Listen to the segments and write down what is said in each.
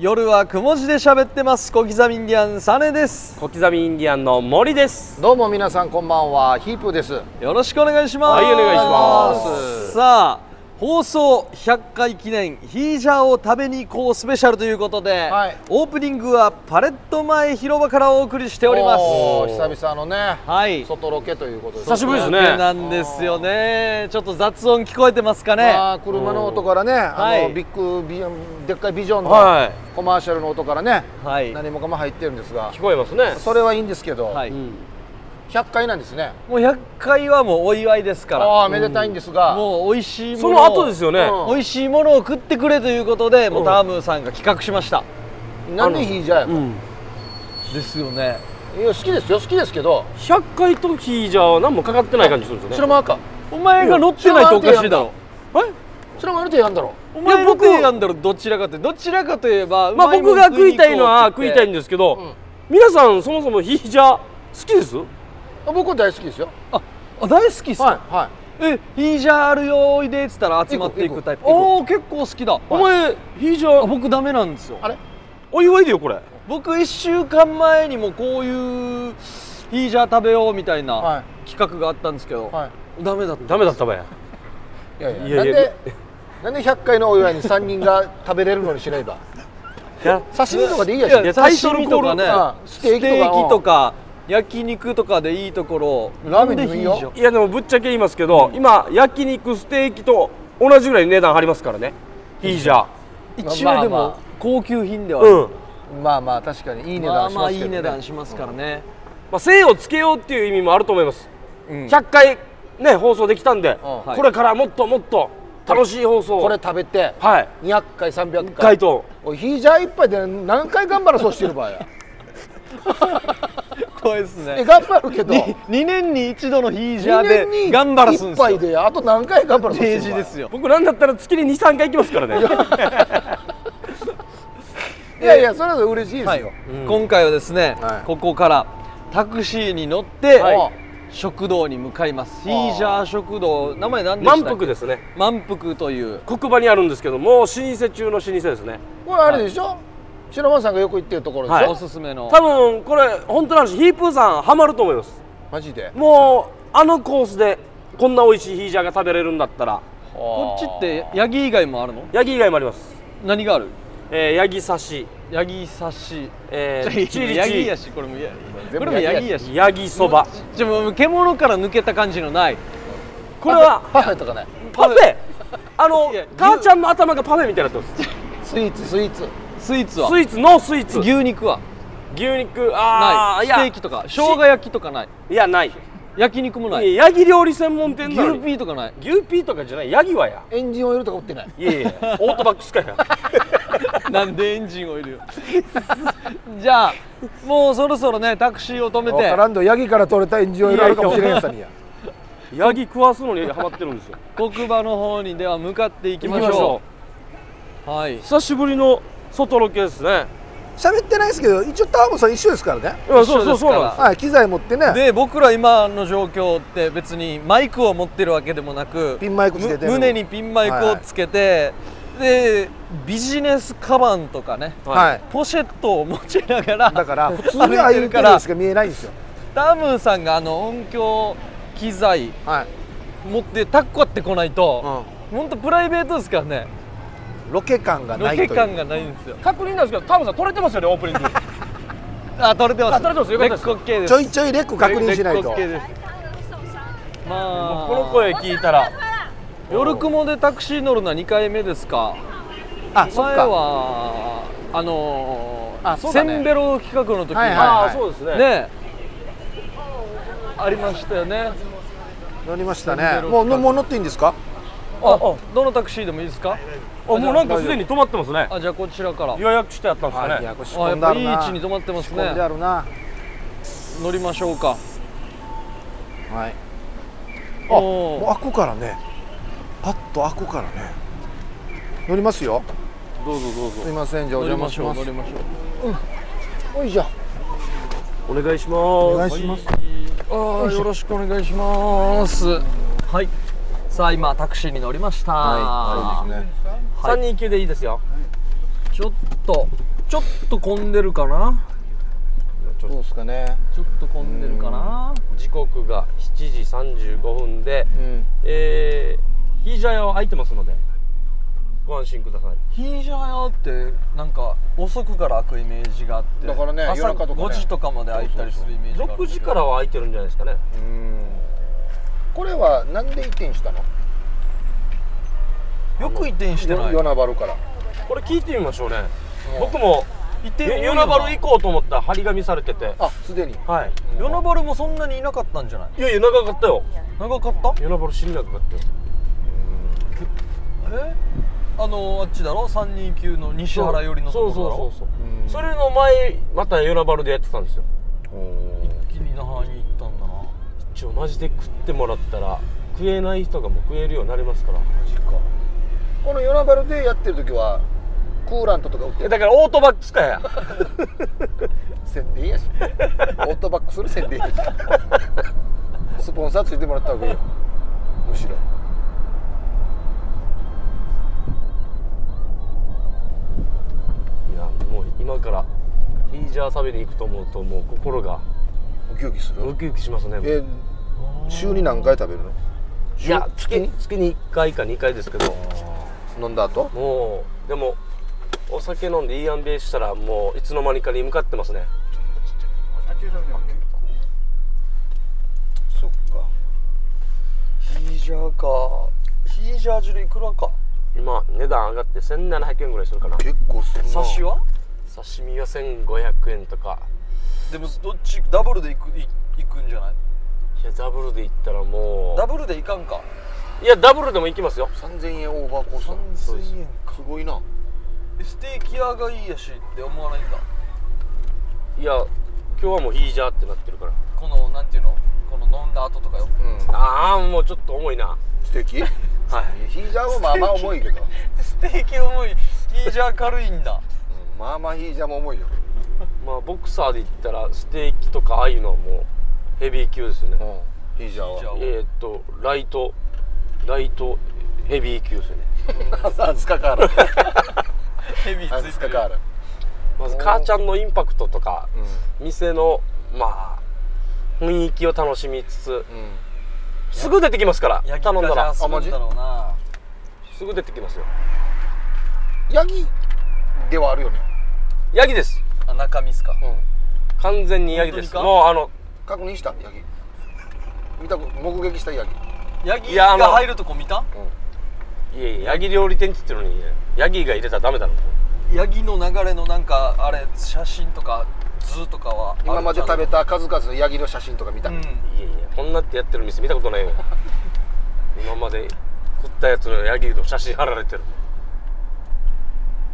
夜はくも字で喋ってます小刻みインディアンサネです小刻みインディアンの森ですどうも皆さんこんばんはヒープですよろしくお願いしますはいお願いしますさあ放送100回記念ヒージャーを食べに行こうスペシャルということで、はいオープニングはパレット前広場からお送りしておりますおー久々のね、はい外ロケということです久しぶりですねなんですよねちょっと雑音聞こえてますかねあー車の音からね、あはのいビッグビジョンでっかいビジョンのはコマーシャルの音からね、はい何もかも入ってるんですが聞こえますねそれはいいんですけど、はい、うん100回なんですねもう100回はもうお祝いですからああーめでたいんですが、もう美味しいもそをの後ですよねうん美味しいものを食ってくれということで、もうタームーさんが企画しましたなんでヒージャーやのうんですよねいや好きですよ好きですけど100回とヒージャーは何もかかってない感じするんですよね間かお前が乗ってないとおかしいだろ白間の提案だろお前いやの僕提案だろどちらかってどちらかといえばまあ僕が食いたいのは食いたいんんですけど皆さんそもそもヒージャー好きです僕は大好きですよああ大好きっすか、はいはいえいいじゃんあるよーいでっつったら集まってい行くくタイプ行くおお結構好きだお前ヒージャあー僕ダメなんですよあれお祝いでよこれ僕1週間前にもこういういいじゃん食べようみたいはな企画があったんですけど、はいダメだったダメだったばやいやいやいやいやなんでなんで100回のお祝いに3人が食べれるのにしないばいや刺身とかでいいやしいやや刺タイトル身コとールかねあスステテーーキキとかとか焼肉とかでいいところラーメンでもいいよなんいやでもぶっちゃけ言いますけど今焼肉ステーキと同じぐらい値段張りますからねヒージャいいまあじゃん一応でまあもま高級品ではーあるうんまあまあ確かにいい値まあ段しままあすいけど、ねい値段しますからねまあ精をつけようっていう意味もあると思いますうん100回ね放送できたんではいこれからもっともっと楽しい放送をこれ食べてはい200回300回回答おいヒージャー一杯で何回頑張らそうしてる場合や怖いですえね頑張るけどに2年に一度のヒージャーで二年に頑張らすん一ですよ杯であと何回頑張らそうし定てる時場合ですよ僕なんだったら月に23回行きますからねいやいやそれは嬉しいですよ、はい今回はですねはいここからタクシーに乗ってはい食堂に向かいますヒージャー食堂名前何でしたっけ満腹ですね満腹という黒馬にあるんですけどもう老舗中の老舗ですねこれあれでしょ、白間さんがよく行ってるところでしょ、おすすめの多分これ本当の話ヒープーさんハマると思いますマジでもうあのコースでこんな美味しいヒージャーが食べれるんだったらこっちってヤギ以外もあるのヤギ以外もあります、何があるえー、ヤギ刺し、ヤギ刺しえー、チリヤギやチしこれもヤギ全部これもヤギやしヤギそばじゃあもう獣から抜けた感じのないこれはパフェとかねパフェあのいや母ちゃんの頭がパフェみたいになってますスイーツスイーツスイーツはスイーツのスイーツ牛牛肉は肉なああいステーキとか生姜焼きとかないいやない焼肉もないいやヤギ料理専門店牛なのにピーとかない牛ピーとかじゃないヤギはやエンジンオイルとか売ってないいやいやオートバックスかやなんでエンジンをいるよ じゃあもうそろそろねタクシーを止めわからてんどヤギから取れたエンジンオイルあるかもしれんやさにやヤギ食わすのにハマってるんですよ黒馬の方にでは向かっていきましょう行きましょはい久しぶりの外ロケですね喋ってないですけど一応ターボさん一緒ですからねいや一緒ですからはい機材持ってねで僕ら今の状況って別にマイクを持ってるわけでもなくピンマイクつけてるむ胸にピンマイクをつけて、でビジネスカバンとかねはいポシェットを持ちながらだから 普通歩にいああているうか距ら離しか見えないんですよダムーさんがあの音響機材はい、持ってタッコってこないと、うほんとプライベートですからねん、ロケ感がロないといケう感がないんですよ確認なんですけどタムさん撮れてますよねオープニングあ撮れてますあ撮れてますよかったですレッコ系ですちょいちょいレック確認しないレッとコ系ですまあこの声聞いたら夜雲でタクシー乗るのは2回目ですかあそっ前かはあのーあそうだねセンベロ企画の時も、はいはいあはあそうですねねありましたよね乗りましセたンねベロもうのもう乗っていいんですかああどのタクシーでもいいですかあもうなんかすでに止まってますねあじゃあこちらから予約してやったんですあかいねやこれ仕あや込っんであぱるいい位な置に止まってます仕込んでねあるな乗りましょうかはいあおーもうあこからねパッとあこからね乗りますよどうぞどうぞすいませんじゃあお乗り邪ま魔ししょうま乗りすましょうおいじゃお願いしますお願いしますあーよろしくお願いしますはいさあ今タクシーに乗りました、はいそうですね三人級でいいですよちょっとちょっと混んでるかなちょっどうとですかねちょっと混んでるかな時刻が7時35分で、うんえー、ヒージャー屋は空いてますのでご安心くださいヒージャー屋ってなんか遅くから開くイメージがあってだからね朝夜中とかね5時とかまで開いたりするイメージがあるんだけど6時からは空いてるんじゃないですかねうんこれはなんで移転したのよく移転してないよなばるからこれ聞いてみましょうね、うん僕も移転多いよ夜ななばる行こうと思ったら張り紙されててあすでにはい夜なばるもそんなにいなかったんじゃないいやいや長かったよ長かった夜なばる知りなかったよえあのあっちだろ329の西原寄りのところだろそうそうそうそう、うんそれの前また夜なばるでやってたんですよ一気に那覇に行ったんだな一応マジで食ってもらったら食えない人がもう食えるようになりますからマジかこのヨナバルでやってる時はクーラントとか売ってえるだからオートバックスかや宣伝や しオートバックする宣伝やしスポンサーついてもらったわけよむしろいやもう今からヒージャー食べに行くと思うともう心がウキウキするウキウキしますねもうえ週に何回食べるのいや月に月に1回か2回ですけど飲んだ後もうでもお酒飲んでいいアンベしたらもういつの間にかに向かってますねそっかヒージャーかヒージャー汁いくらか今値段上がって1700円ぐらいするかな結構するな刺しは刺身は1500円とかでもどっちダブルでいくいいくんじゃないいやダブルでいったらもダブルでいかんかういやダブルでも行きますよ3000円オーバーコースだそうです3000円かすごいなえステーキ屋がいいやしって思わないんだいや今日はもうヒージャーってなってるからこのなんていうのこの飲んだ後とかようんああもうちょっと重いな素敵いやはいヒージャーもまあまあ重いけど、うんステーキ重いヒージャー軽いんだまあまあヒージャーも重いよ、まあボクサーで言ったらステーキとかああいうのはもうヘビー級ですよねヒージャーヒージャはーえーっとライトライトヘビー級ですよね何すかカールヘビーつ何いすてかるカールまずおー母ちゃんのインパクトとかうん店のまあ雰囲気を楽しみつつうんすぐ出てきますからヤギか頼んじだゃあらするんだろうなすぐ出てきますよヤギではあるよねヤギですあ中身っすかうん完全にヤギで本す当にかもうあの確認したヤギ見たこと目撃したヤギヤギいやあのが入るとこ見たいやいやヤギ料理店って言ってるのにヤギが入れたらダメだろヤギの流れのなんかあれ写真とか図とかは今まで食べたた数々のヤギの写真とか見た、うんいやいやこんなってやってる店見たこと ないよ今まで食ったやつのヤギの写真貼られてる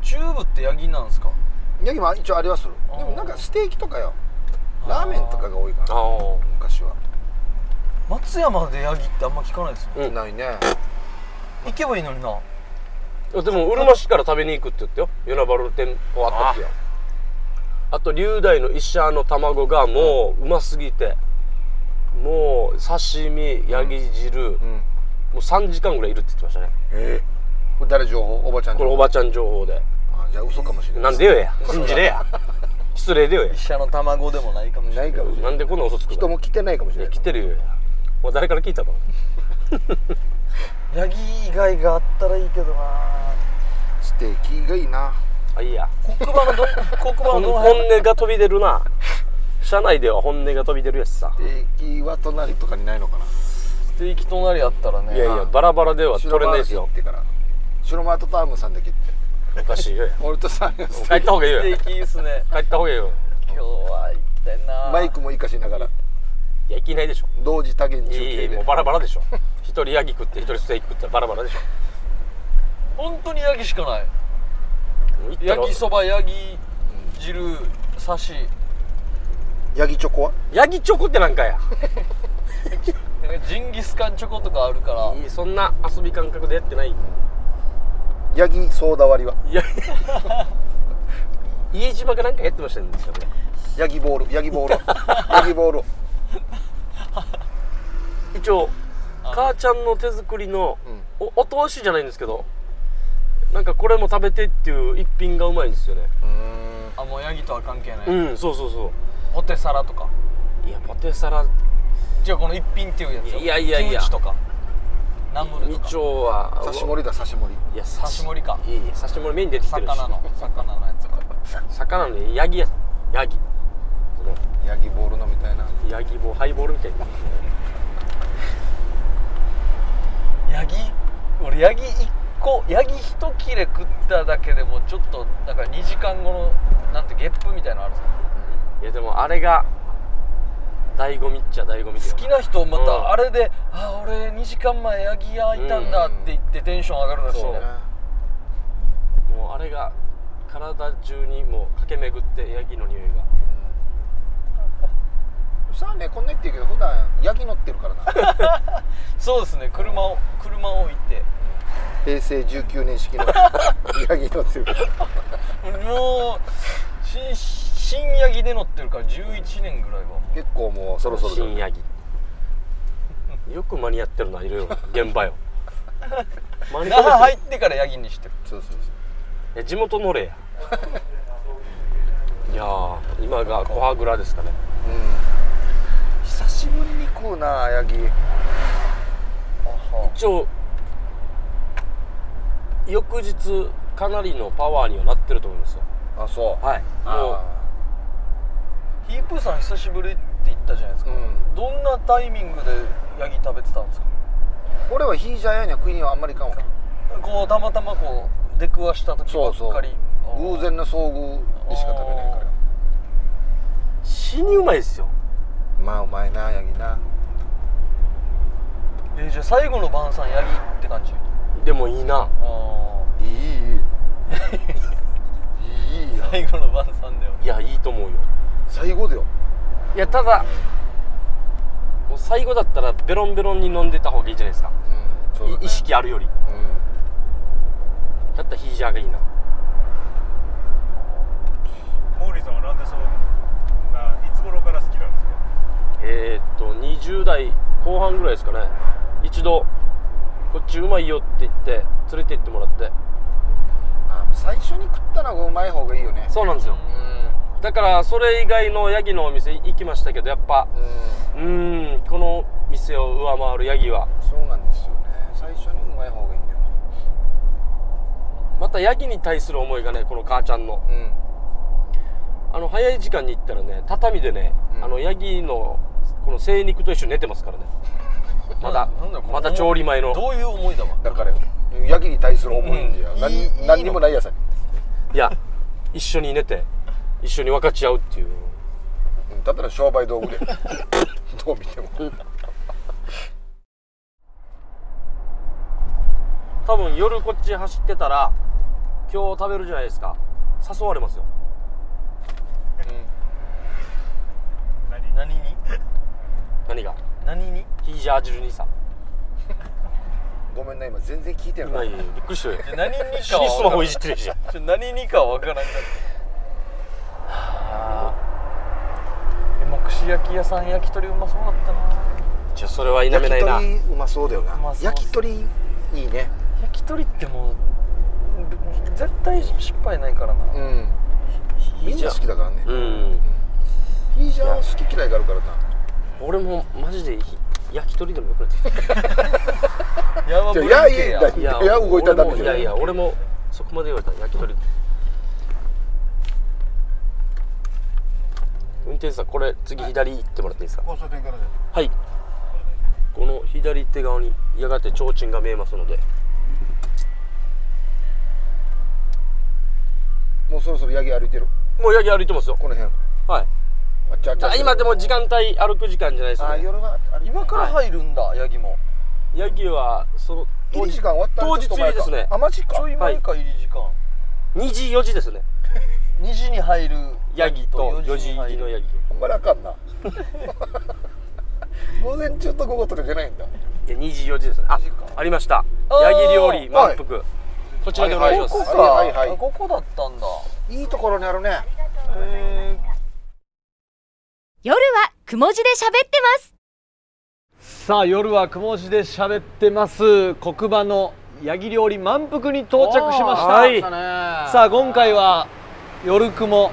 チューブってヤギなんすかヤギも一応ありはするあーでもなんかステーキとかよラーメンとかが多いからああ昔は、松山でヤギってあんま聞かないですようんないね行けばいいのになでもうるま市から食べに行くって言ったよ与那原店舗あった時はあと龍大の石屋の卵がもううますぎてもう刺身ヤギ汁、もんう3時間ぐらいいるって言ってましたねええこれ誰情報おばちゃんこ情れ報おばちゃん情報であじゃあ嘘かもしれなないんでよや信じれや失礼でよや医者の卵でもないかもしれなないいかもしれなないんでこんな嘘つく人のも来てないかもしれない来てるよやもう誰から聞いたのヤギ以外があったらいいけどなステーキがいいなあいいや黒板の ど黒板の本どの辺本音が飛び出るな社内では本音が飛び出るやつさステーキは隣とかにないのかなステーキ隣あったらねいやいやバラバラでは取れないですよ白回りってから白マートタームさんだけっておかしいよや俺とさんがス帰テーっキた方がいいよステやーキいいっすね帰った方がいいよ今日は行きたいなマイクも生かしながらいやいけないでしょ同時多元中いいい継いでもうバラバラでしょ一人ヤギ食って一人ステーキ食ったらバラバラでしょ本当にヤギしかないもう行ったヤらギそばヤギ汁刺しヤギチョコはヤギチョコってなんかやなんかジンギスカンチョコとかあるからいいそんな遊び感覚でやってないヤギソーダ割りは いや家島がなんかやってましたんですよねヤギボールヤギボールヤギボール一応母ちゃんの手作りのおお通しじゃないんですけどなんかこれも食べてっていう一品がうまいんですよねうんあもうヤギとは関係ない、うんそうそうそポテサラとかういやポテサラじゃあこの一品っていうやつよいやいやいやキムチとかナムル二とか丁は刺し盛りだ刺し盛りいや刺し盛りかいやいや刺し盛りメイン出てきてるし魚の魚のやつが魚のヤギやヤギそのヤギボールのみたいなヤギボーハイボールみたいなヤギ俺ヤギ1個ヤギ1切れ食っただけでもちょっとなんか2時間後のなんてゲップみたいなのあるぞいやでもあれが醍醐味っちゃ醍醐味だよ好きな人まうんたあれで「あ俺2時間前ヤギ屋いたんだ」って言ってテンション上がるらしいそうねもうあれが体中にもう駆け巡ってヤギの匂いがさあねこんな言ってるけど普段ヤギ乗ってるから なそうですね車を車を置いて平成19年式のヤギ乗ってるからもう新新ヤギで乗ってるから11年ぐらい は結構もうそろそろだよ新ヤギよく間に合ってるないろいろ現場よ間に合那ってる覇入ってからヤギにしてるそうそういや地元のれやいやー今がコハグラですかねそううん久しぶりに食うなヤギ一応翌日かなりのパワーにはなってると思いますよあそうはいもヒープーさん久しぶりって言ったじゃないですうか、んどんなタイミングでヤギ食べてたんですか俺はヒージャーヤには食いにはあんまりいかんわこうたまたまこう出くわした時ばそうそっうかり偶然の遭遇でしか食べないからう死にうまいですよまあうまいなヤギなあーえーじゃあ最後の晩餐ヤギって感じでもいいなあい いいいいいや最後の晩餐だよいやいいと思うよ最後だよいやただもう最後だったらベロンベロンに飲んでた方がいいじゃないですか、うんそうだねい意識あるよりうんだったらヒージャーがいいなモーリーさんはなんでそんないつ頃から好きなんですかえー、っと20代後半ぐらいですかね一度こっちうまいよって言って連れて行ってもらってあ最初に食ったのがうまい方がいいよねそうなんですようんだからそれ以外のヤギのお店行きましたけどやっぱううんーんこの店を上回るヤギはそうなんですよね最初にうまい方がいいんだよまたヤギに対する思いがねこの母ちゃんのうんあの早い時間に行ったらね畳でね、うんあのヤギのこの精肉と一緒に寝てま すからねまだなんだこのまだ調理前のどういう思いだわだからよヤギに対する思いんだよ、うん何いいいいの何にもないやさ、いや一緒に寝て一緒に分かち合うっていううん、だったら商売道具で どう見ても多分夜こっち走ってたら今日食べるじゃないですか誘われますよ何に何が何にヒージャー汁にさごめんな今全然聞いてるか今らいいびっくりしたよじゃあ何にかは死にスマホいじってるじゃんちょ何にかわからんかったでも串焼き屋さん焼き鳥うまそうだったなじゃあそれは否め焼なきいな鳥うまそうだよな、うまそう焼き鳥いいね焼き鳥ってもう絶対失敗ないからな、うんみんな好きだからねうんヒージャーは好き嫌いがあるからな俺もマジでひ焼き鳥でもよくなってきたやばじゃあぶりいや系いややいや動いたらダメ俺もいやいや俺もそこまで言われたら焼き鳥運転手さんこれ次左行ってもらっていいですか交差点からではいこの左手側にやがて提灯が見えますのでもうそろそろヤギ歩いてるもうヤギ歩いてますよこの辺はいあっちあっちあっあち今でも時間帯歩く時間じゃないですあね夜は歩いて今から入るんだ、ヤギもヤギはその入り時間終わったら当ちょ日っと入前りかですねあマジかちょい前か入り時間、 2時4時ですね2時に入るヤギと4時入りのヤギギほんまにあ かんな午前中と午後とかじゃないんだいや2時4時ですねあ時かありましたあーヤギ料理満腹、こちらでお願いします、ここか、はいはいはいここだったんだいいところにあるねへー夜はくも字で喋ってますさあ夜はくも字で喋ってます黒板のヤギ料理満腹に到着しました、はいささあ今回は夜雲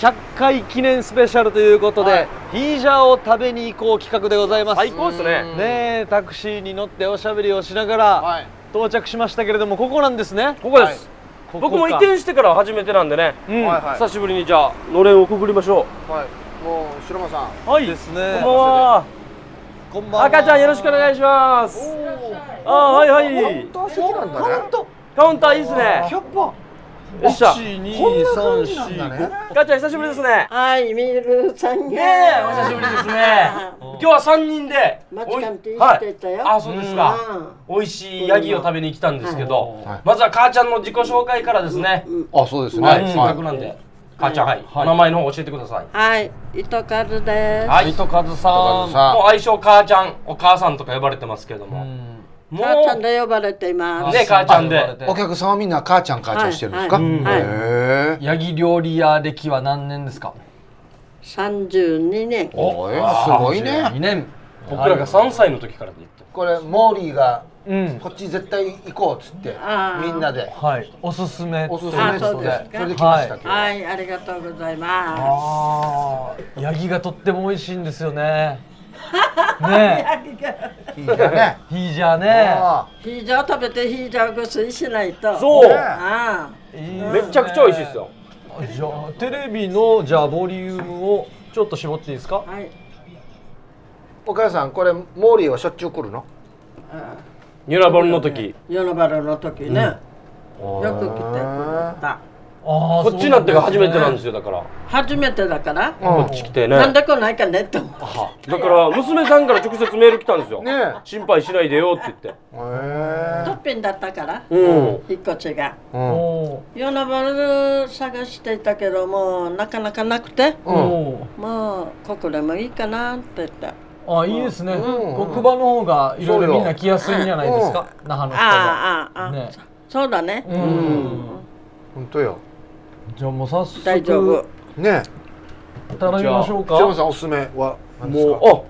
100回記念スペシャルということで、はいヒージャーを食べに行こう企画でございます最高ですねねえタクシーに乗っておしゃべりをしながら、はい到着しましたけれどもここなんですねここです、ここか僕も移転してから初めてなんでね、うんはいはい久しぶりにじゃあのれんをくぐりましょはいもう白間さんはいですねうこんばんはこんばんは赤ちゃんよろしくお願いしますあはいはい本当席なんだねトカウンターいいですね100本よっしゃ12345赤ちゃん久しぶりですねはい、ミルさんが。ねえお久しぶりですね今日は三人でマおチいカンって言はっていたよ。あそうですかうん美味しいヤギを食べに来たんですけど、はいまずは母ちゃんの自己紹介からですね、あそうですねはい、はせいっかくなんで、母ちゃんはい、お名前の方教えてくださいはい、糸数です。はい、糸数さんさもう愛称母ちゃんお母さんとか呼ばれてますけども、も母ちゃんうで呼ばれています。ね母ちゃんでお客さんはみんな母ちゃん母ちゃんしてるんですか、はいはいへえヤギ料理屋歴は何年ですか三十二年。おえすごいね2年僕らが3歳の時からで言ってこれモーリーがうんこっち絶対行こうっつってあーみんなではいおすすめおすすめっつあっそうてですかそれで来ましはたいけど、はい、ありがとうございまあーヤギがとっても美味しいんですよねね い、いじゃんねえヒージャーねあす。ヒージャー食べてヒージャーぐすいしないと。う。そう、あいいめちゃくちゃ美味しいですよじゃあテレビのじゃあボリュームをちょっと絞っていいですかあ、はい。お母さんこれモーリーはしょっちゅう来るのニュラボルの時夜のバルの時ね、よく来てくれた。あこっちになってが初めてなんですすよだから、初めてだから。こっち来てねなんだで来ないかねって思う。から娘さんから直接メール来たんですよ、ねえ心配しないでよって言ってへえトッピンだったから。うん引っ越しが。うおんお夜のバル探していたけども、なかなかなくて。ーおもうここでもいいかなって言ってあーあいいですねうん黒場の方がいろいそうろよみんな来やすいんじゃないですか那覇の人はあああ、ねそうだね、ううんん本当よじゃあもう早速大丈夫ね頼みましょうえ白間かさんおすすめは何ですかもうあ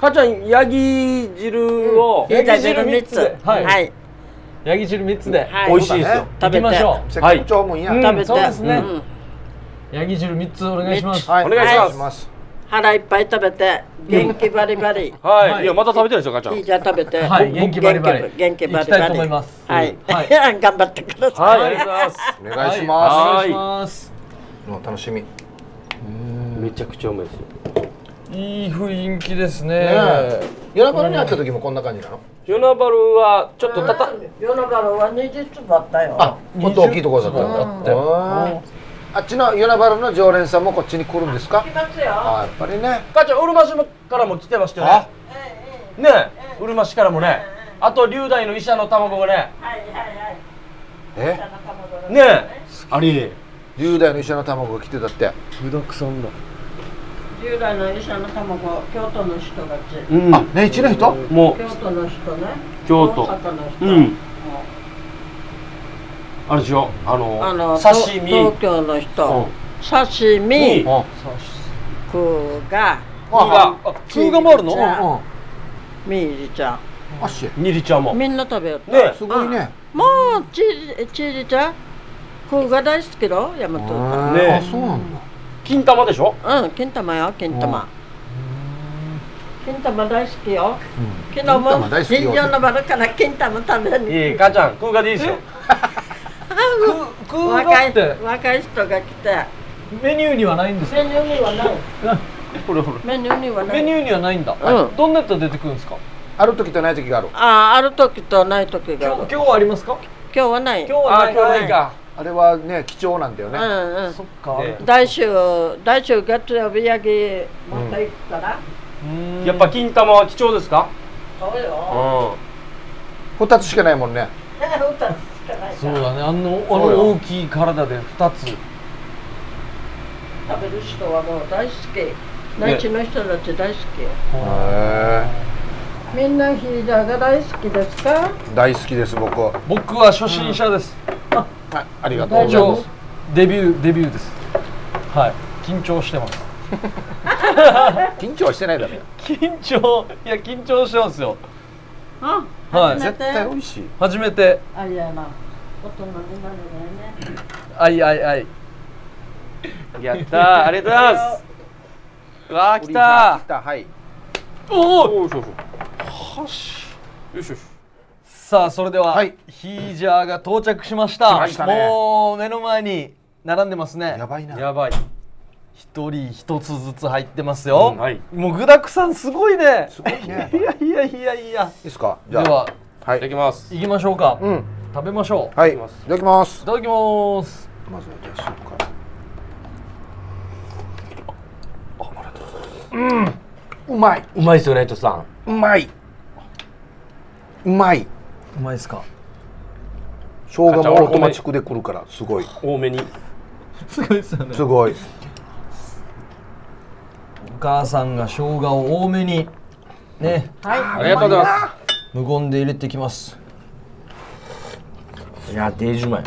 母ちゃんヤギ汁を、うんえじゃあ焼き汁三三つはいはい、ヤギ汁3つではい美味しいですよ、そ行食べきまてしょせっかく長文や、ううん食べてそうですねんヤギ汁3つお願いしますはいお願いしますます腹いっぱい食べて元気バリバリ、はい、はいい、やまた食べてるんですよ母ちゃんいいじゃん食べて、はい僕元気バリバリ元気バリバリ行きたいと思いますはい、はい 頑張ってください、はい、ありがとうございますお願いしまははいいお願いしますす、もう楽しみめちゃくちゃうまいですよいい雰囲気ですねねヨラバラに会った時もこんな感じなのヨナバルはちょっとたた夜のバロは二十つばったよあ、もっと大きいところだったんだうんうんあっちのヨナバルの常連さんもこっちに来るんですか来ますよあやっぱりね母ちゃんうるま市からも来てましたよねねえうるま市からもねあと龍大の医者の卵がねはいはいはいえねえあり龍大の医者の卵が来てたって具だくさんだ従来の医者の卵京都の人がちうんあ、ね一の人も京都の人ねう京都大阪の人、うんあれでしょあのあの刺身東東京の人、刺身にくがああ風が回るのううんんうんうんみりちゃあっしにりちゃんもんねみんな食べよったえすごいねもうちいちりちゃんくが大好きろへ大和ーねえあ、そうなんだ金玉でしょうん金玉よ金玉金玉大好きよ昨日金玉も大好きよ人形の丸から金玉食べにいい母ちゃん空がでいいですよ具若だっいて若い人が来てメニューにはないんですかメニューにはないほれほれメニューにはなメいニューにはないんだ、うんどんなやつが出てくるんですかある時とない時があるああある時とない時があ今る日今日はありますか今日はない今日はあない今日ないかあれはね、貴重なんだようねんうんそっか、ね来週来週月曜日やぎ持っていくから、うーんやっぱ金玉は貴重ですかそううんよこたつしかないもんね 歌しかないかそうらだねあのあそうのよ大きい体で2つ食べる人はもう大好き内地の人たち大好きよへえみんなヒージャーが大好きですか大好きです、僕は僕は初心者です、い、ありがとう緊ございま張すデビューデビューですはい緊張してます緊張はしてないだろ緊張いや緊張してますよあはい初め絶て対美味しい初めてあれやな大人になるだよねあいあいあいやった ーありがとうございますうわー来た来たはいーおおはしよしよしさあそれでは、はいヒージャーが到着しました来ましたねもう目の前に並んでますねやばいなやばい一人一つずつ入ってますよ、うんはいもう具だくさんすごいねすごいねいやいやいやいやいいですかでははいいただきます行きましょうか、うん食べましょう、はいいいただきますただきますいただきますまずはじゃあ塩からうんうまいうまいですよね伊藤さんうまいうまいうまいですか生姜もオートマチックでくるからすごい多めにすごいですよねすごいお母さんが生姜を多めにねはいありがとうございま無言で入れてきますすいやデージうまい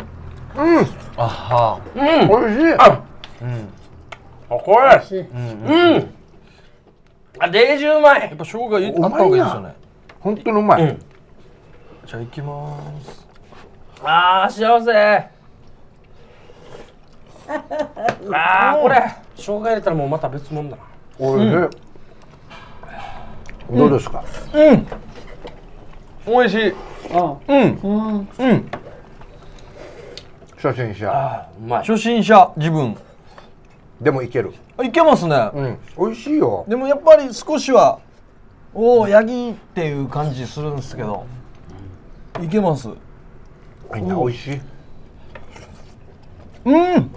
あは美味しいあこれうんあデージうまやいっぱ生姜あったうまいな方がいいですよね本当にうまい、うんじゃあ行きますあー幸せあーこれ生姜入れたらもうまた別物だなおいしい、どうですか、美味しい初心者あーうまい初心者自分でもいける、あいけますね、うん、美味しいよでもやっぱり少しはおおヤギっていう感じするんですけどいけますみんな美味しいうん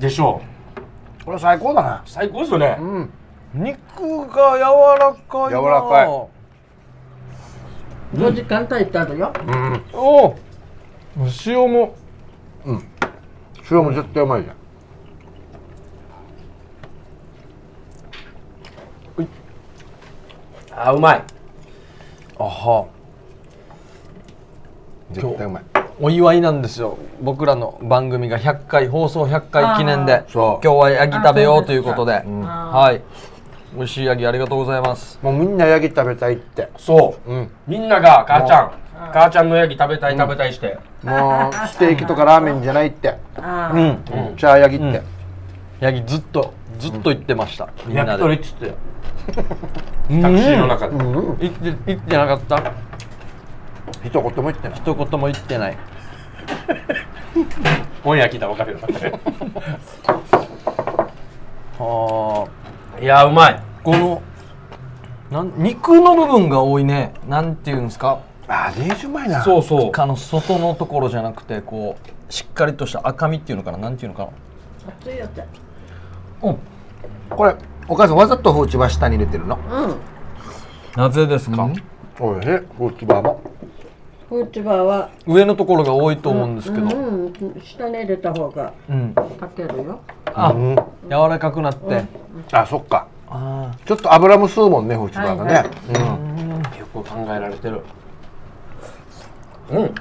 でしょこれ最高だなう最高ですよねうん肉が柔らかいな柔らかい5時間炊いてあるよおお塩も塩も絶対うまいじゃんあーうまいあは絶対うまいお祝いなんですよ僕らの番組が100回放送100回記念でー今そう日はヤギ食べようということで、あーはい美味しいヤギありがとうございますもうみんなヤギ食べたい ってそう、うんみんなが母ちゃん母ちゃんのヤギ食べたい食べたいして、もうステーキとかラーメンじゃないってあうんチャーヤギって、うんヤギずっとずっと言ってました、みん焼なき鳥でっつってたよタクシーの中で、言って言ってなかった一言も言ってない一言も言ってない本屋聞いたら分かるよあいやうまいこのなん肉の部分が多いねなんていうんですかあーデージうまいなそうそうかの外のところじゃなくてこうしっかりとした赤身っていうのかななんていうのかな熱いやつうんこれお母さんわざと放置は下に入れてるのうんなぜですか、おいしい放置バーもフーチバーは上のところが多いと思うんですけど、うんうん下に入れた方がかけるよあ、ん柔らかくなって、あそっかあちょっと油も吸うもんね放置バーがね、はいうんよく考えられてるうん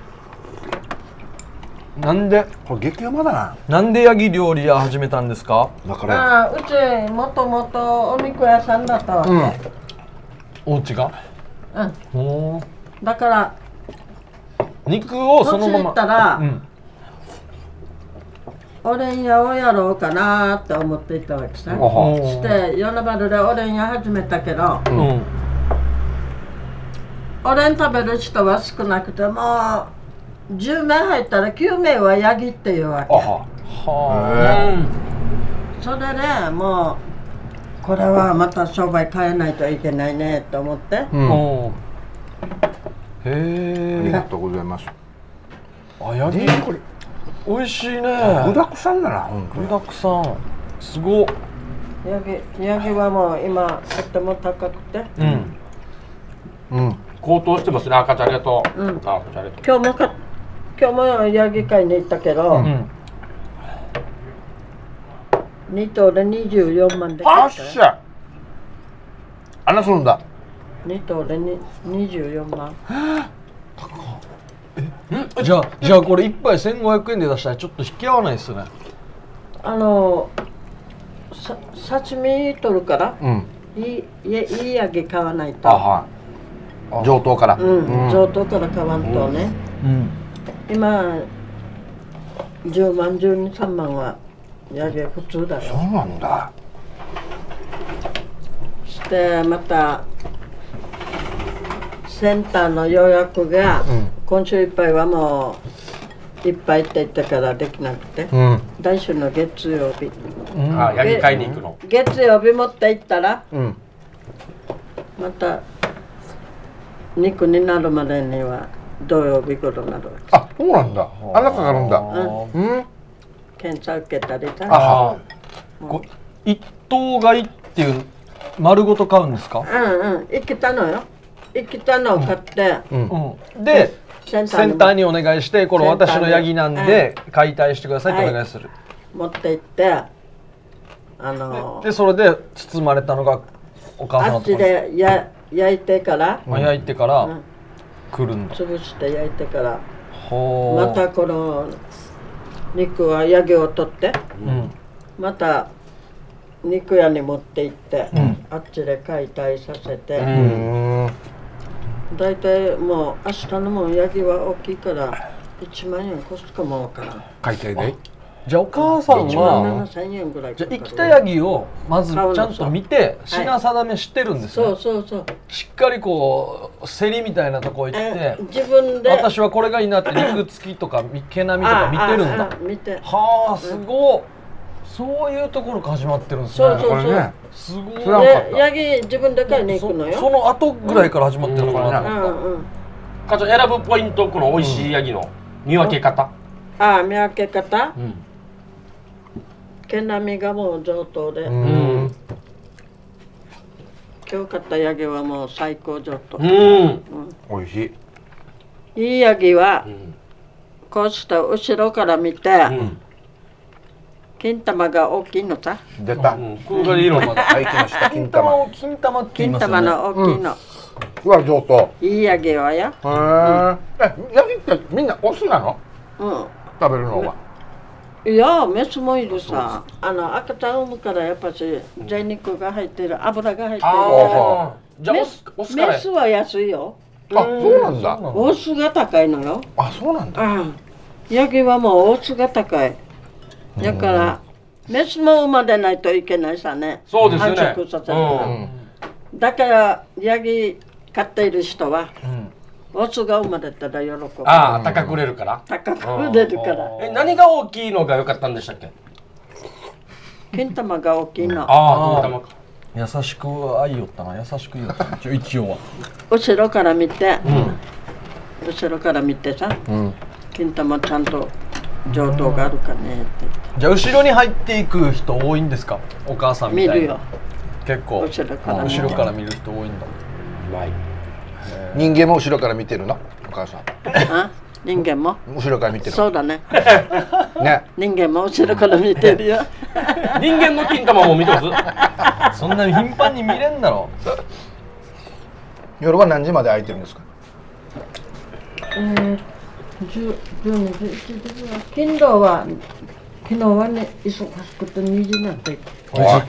ーなんでこれ激うまだななんでヤギ料理屋始めたんですかだからああうちもともとお肉屋さんだったわけ、うんお家がうんおーだから肉をその年まいまったら、うんおれん屋をやろうかなーって思っていたわけさおはして夜なばるでおれん屋始めたけどうんおれん食べる人は少なくてもう10名入ったら9名はヤギっていうわけあははそれでもうこれはまた商売変えないといけないねと思ってあ、うんおーありへがえとうございます。あヤギえーこれ美味しいね具だくさんだな、本当具に。だくさんすごっヤギヤギはもう今とっても高くてうんうん。高騰してますね赤ちゃんありがとう、うんあ赤ちゃんありがと今日もか今日もヤギ買いに行ったけど、うん2頭で24万であ買っっしたよゃ。あら、そんだ。 2頭でに24万じゃあじゃあこれ一杯1500円で出したらちょっと引き合わないですねあのさ刺身取るからうん。いいいいいいヤギ買わないとあは上等からうん、うん上等から買わんとね、うん今10万123万はやげ普通だそようなんだしてまたセンターの予約がん今週いっぱいはもういっぱいって言ったからできなくて、うん来週の月曜日あヤギ買いに行くの月曜日持って行ったらうんまた肉になるまでには土曜日頃になるわあそうなんだあ中があるんだけ、うんうん、検査受けたりさあこ一頭買いっていう丸ごと買うんですか、うんうん生きたのよ生きたのを買って、うんうん、でセンセターンにターにお願いしてこれセンター私にのヤギなんで解体してくださいってお願いする、持って行ってあのでそれで包まれたのがお母さんあのっとこちろに、でや焼いてから、まあ、焼いてからうん来るんだ、潰して焼いてからほーまたこの肉はヤギを取ってうんまた肉屋に持って行って、んあっちで解体させて、うん大体もう明日のもうヤギは大きいから1万円コスかもわからん解体でじゃあお母さん1は万7000円ぐらいじゃかあ生かるきたヤギをまずちゃんと見て品定めしてるんですよ、そうそうそうしっかりこう競りみたいなとこ行ってえ自分で私はこれがいいなって肉付きとかみ毛並みとか見てるんああだあ見てはあすごっそういうところから始まってるんですそうねそうこれそう、ねすごい知らんかったでヤギ自分で買いに行くのそそよ。の後ぐらいから始まってるのかうな、んうん。課長選ぶポイントこの美味しいヤギの見分け方ああ見分け方うん毛並みがもう上等で、うんうん今日買ったヤギはもう最高上等。うん美味しいいいヤギはんこうした後ろから見て、金玉が大きいのさ。出たこれがいいのかな体験 した金金玉玉を金玉って言い金ますよ玉ねの大きいの。うわ上等いいヤギはや。へええヤギってみんなオスなのうん。食べるのはいやメスもいるさあの赤ちゃんを産むからやっぱし贅肉が入ってる油が入ってるかああじゃらあメオススオスからメスは安いよあそうなんだオスが高いのよあそうなんだうんヤギはもうオスが高いだからメスも生まれないといけないさねそうですよね繁殖させるからうんだからヤギ飼っている人は、オスが生まれたら喜ぶああ高く売れるから高く出るからえ何が大きいのが良かったんでしたっけ金玉が大きいのああ金玉か優しく愛よったな優しく言ったな一応一応は後ろから見て、後ろから見てさ、金玉ちゃんと上等があるかねってじゃあ後ろに入っていく人多いんですかお母さんみ見たいなるよ結構後ろからあ見て後ろから見る人多いんだうまい人間も後ろから見てるのお母さんあ人間も後ろから見てるそうだねね人間も後ろから見てるよ人間の金玉も見とすそんなに頻繁に見れんだろ夜は何時まで空いてるんですか10 12 11 12金土は昨日はね忙しくて2時になってあ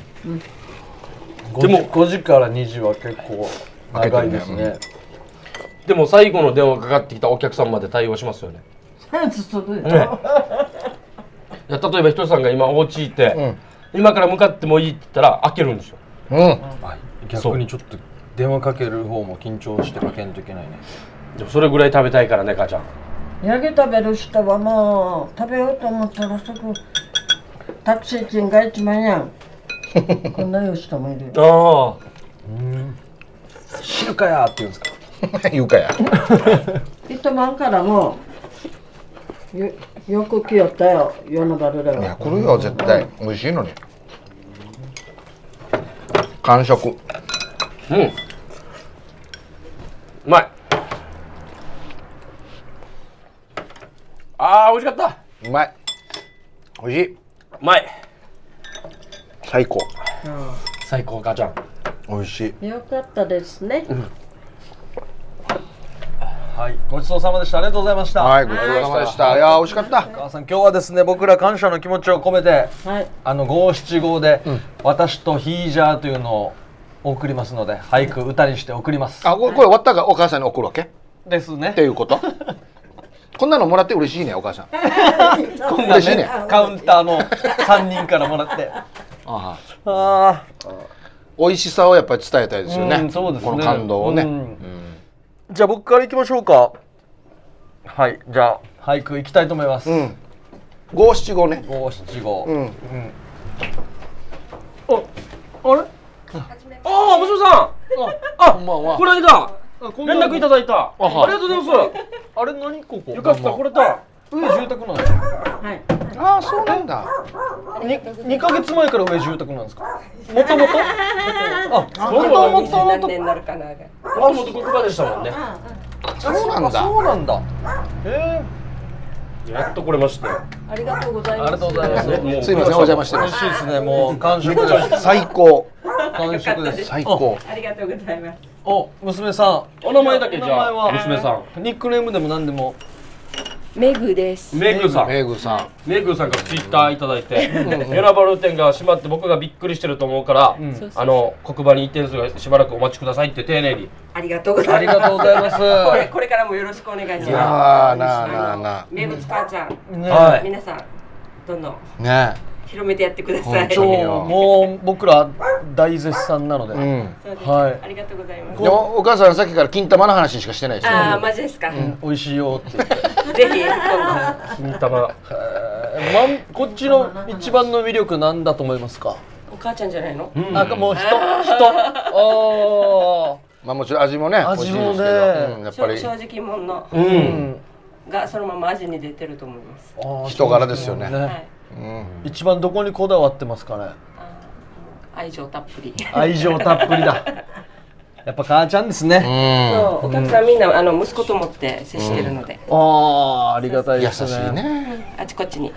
でも5時から2時は結構長いですねでも最後の電話かかってきたお客さんまで対応しますよねセンスするよねいや例えばひとりさんが今お家いて、今から向かってもいいって言ったら開けるんですようん逆にちょっと電話かける方も緊張してかけんといけないねでもそれぐらい食べたいからね母ちゃんヤギ食べる人はもう食べようと思ったらすぐタクシー賃が1万円 こんな言う人もいるよあ知るかやーって言うんですか 言うかや糸満からもよよく来よったよ夜のバルでいやは来るよ絶対美味しいのに完食あうんうまいあー美味しかったうまい美味しいうまい最高最高母ちゃん美味しいよかったですねはいごちそうさまでしたありがとうございました、はいごちそうさまでしたいやー美味しかったお母さん今日はですね僕ら感謝の気持ちを込めてはいあの五七五で、私とヒージャーというのを送りますので俳句歌にして送りますあこれこれ終わったからお母さんに送るわけですねっていうことこんなのもらって嬉しいねお母さんこんな嬉しいねねカウンターの3人からもらってあ ああ美味しさをやっぱり伝えたいですよね,、うんそうですねこの感動をね、ううんんじゃあ僕からいきましょうかはいじゃあ俳句いきたいと思いますうん五七五ね五七五うんあれああ、むしさあこんばんんはこれだ連絡いただいたああはいりがとうございますあれ何ここよかった、これだ上住宅なんですかはい。ああそうなんだに二ヶ月前から上住宅なんですか もともとあ、もともとのと何年になるかなもがともとここまでしたもんねそうなんだそうなんだえやっとこれましたよありがとうございー、まあすりがとうございますもうすいませんお邪魔して美ま味すしいですね、もう完食 です最高完食 です最高ありがとうございますお、娘さんお名前だけじゃお名前はあ娘さニックネームでも何でもメグですんメイクさんメグさんメイクさんからツイッターいただいてヨラバル店が閉まって僕がびっくりしてると思うからそうそうあの黒板に移転数がしばらくお待ちくださいって丁寧にありがとうごあざりいますがとうございますこれこれからもよろしくお願いしますいやーなあなあなあ名物母ちゃんねはい皆さんどんどんね広めてやってください本そう当もう僕ら大絶賛なので、うんそうですはいありがとうございますでもお母さんさっきから金玉の話しかしてないでしょああマジですか、美味しいよって言ってぜひ今度金玉まんこっちの一番の魅力なんだと思いますか、お母ちゃんじゃないのなんかもう人人おまあもちろん味もね味もね美味しいですけどうんやっぱ正り正直者のうんがそのまま味に出てると思います、ー人柄ですよねそうではいうん一番どこにこだわってますかね愛情たっぷり愛情たっぷりだ やっぱ母ちゃんですね、そうお客さんみんなあの息子と思って接してるので、ああありがたい優ですしいねねあちこちに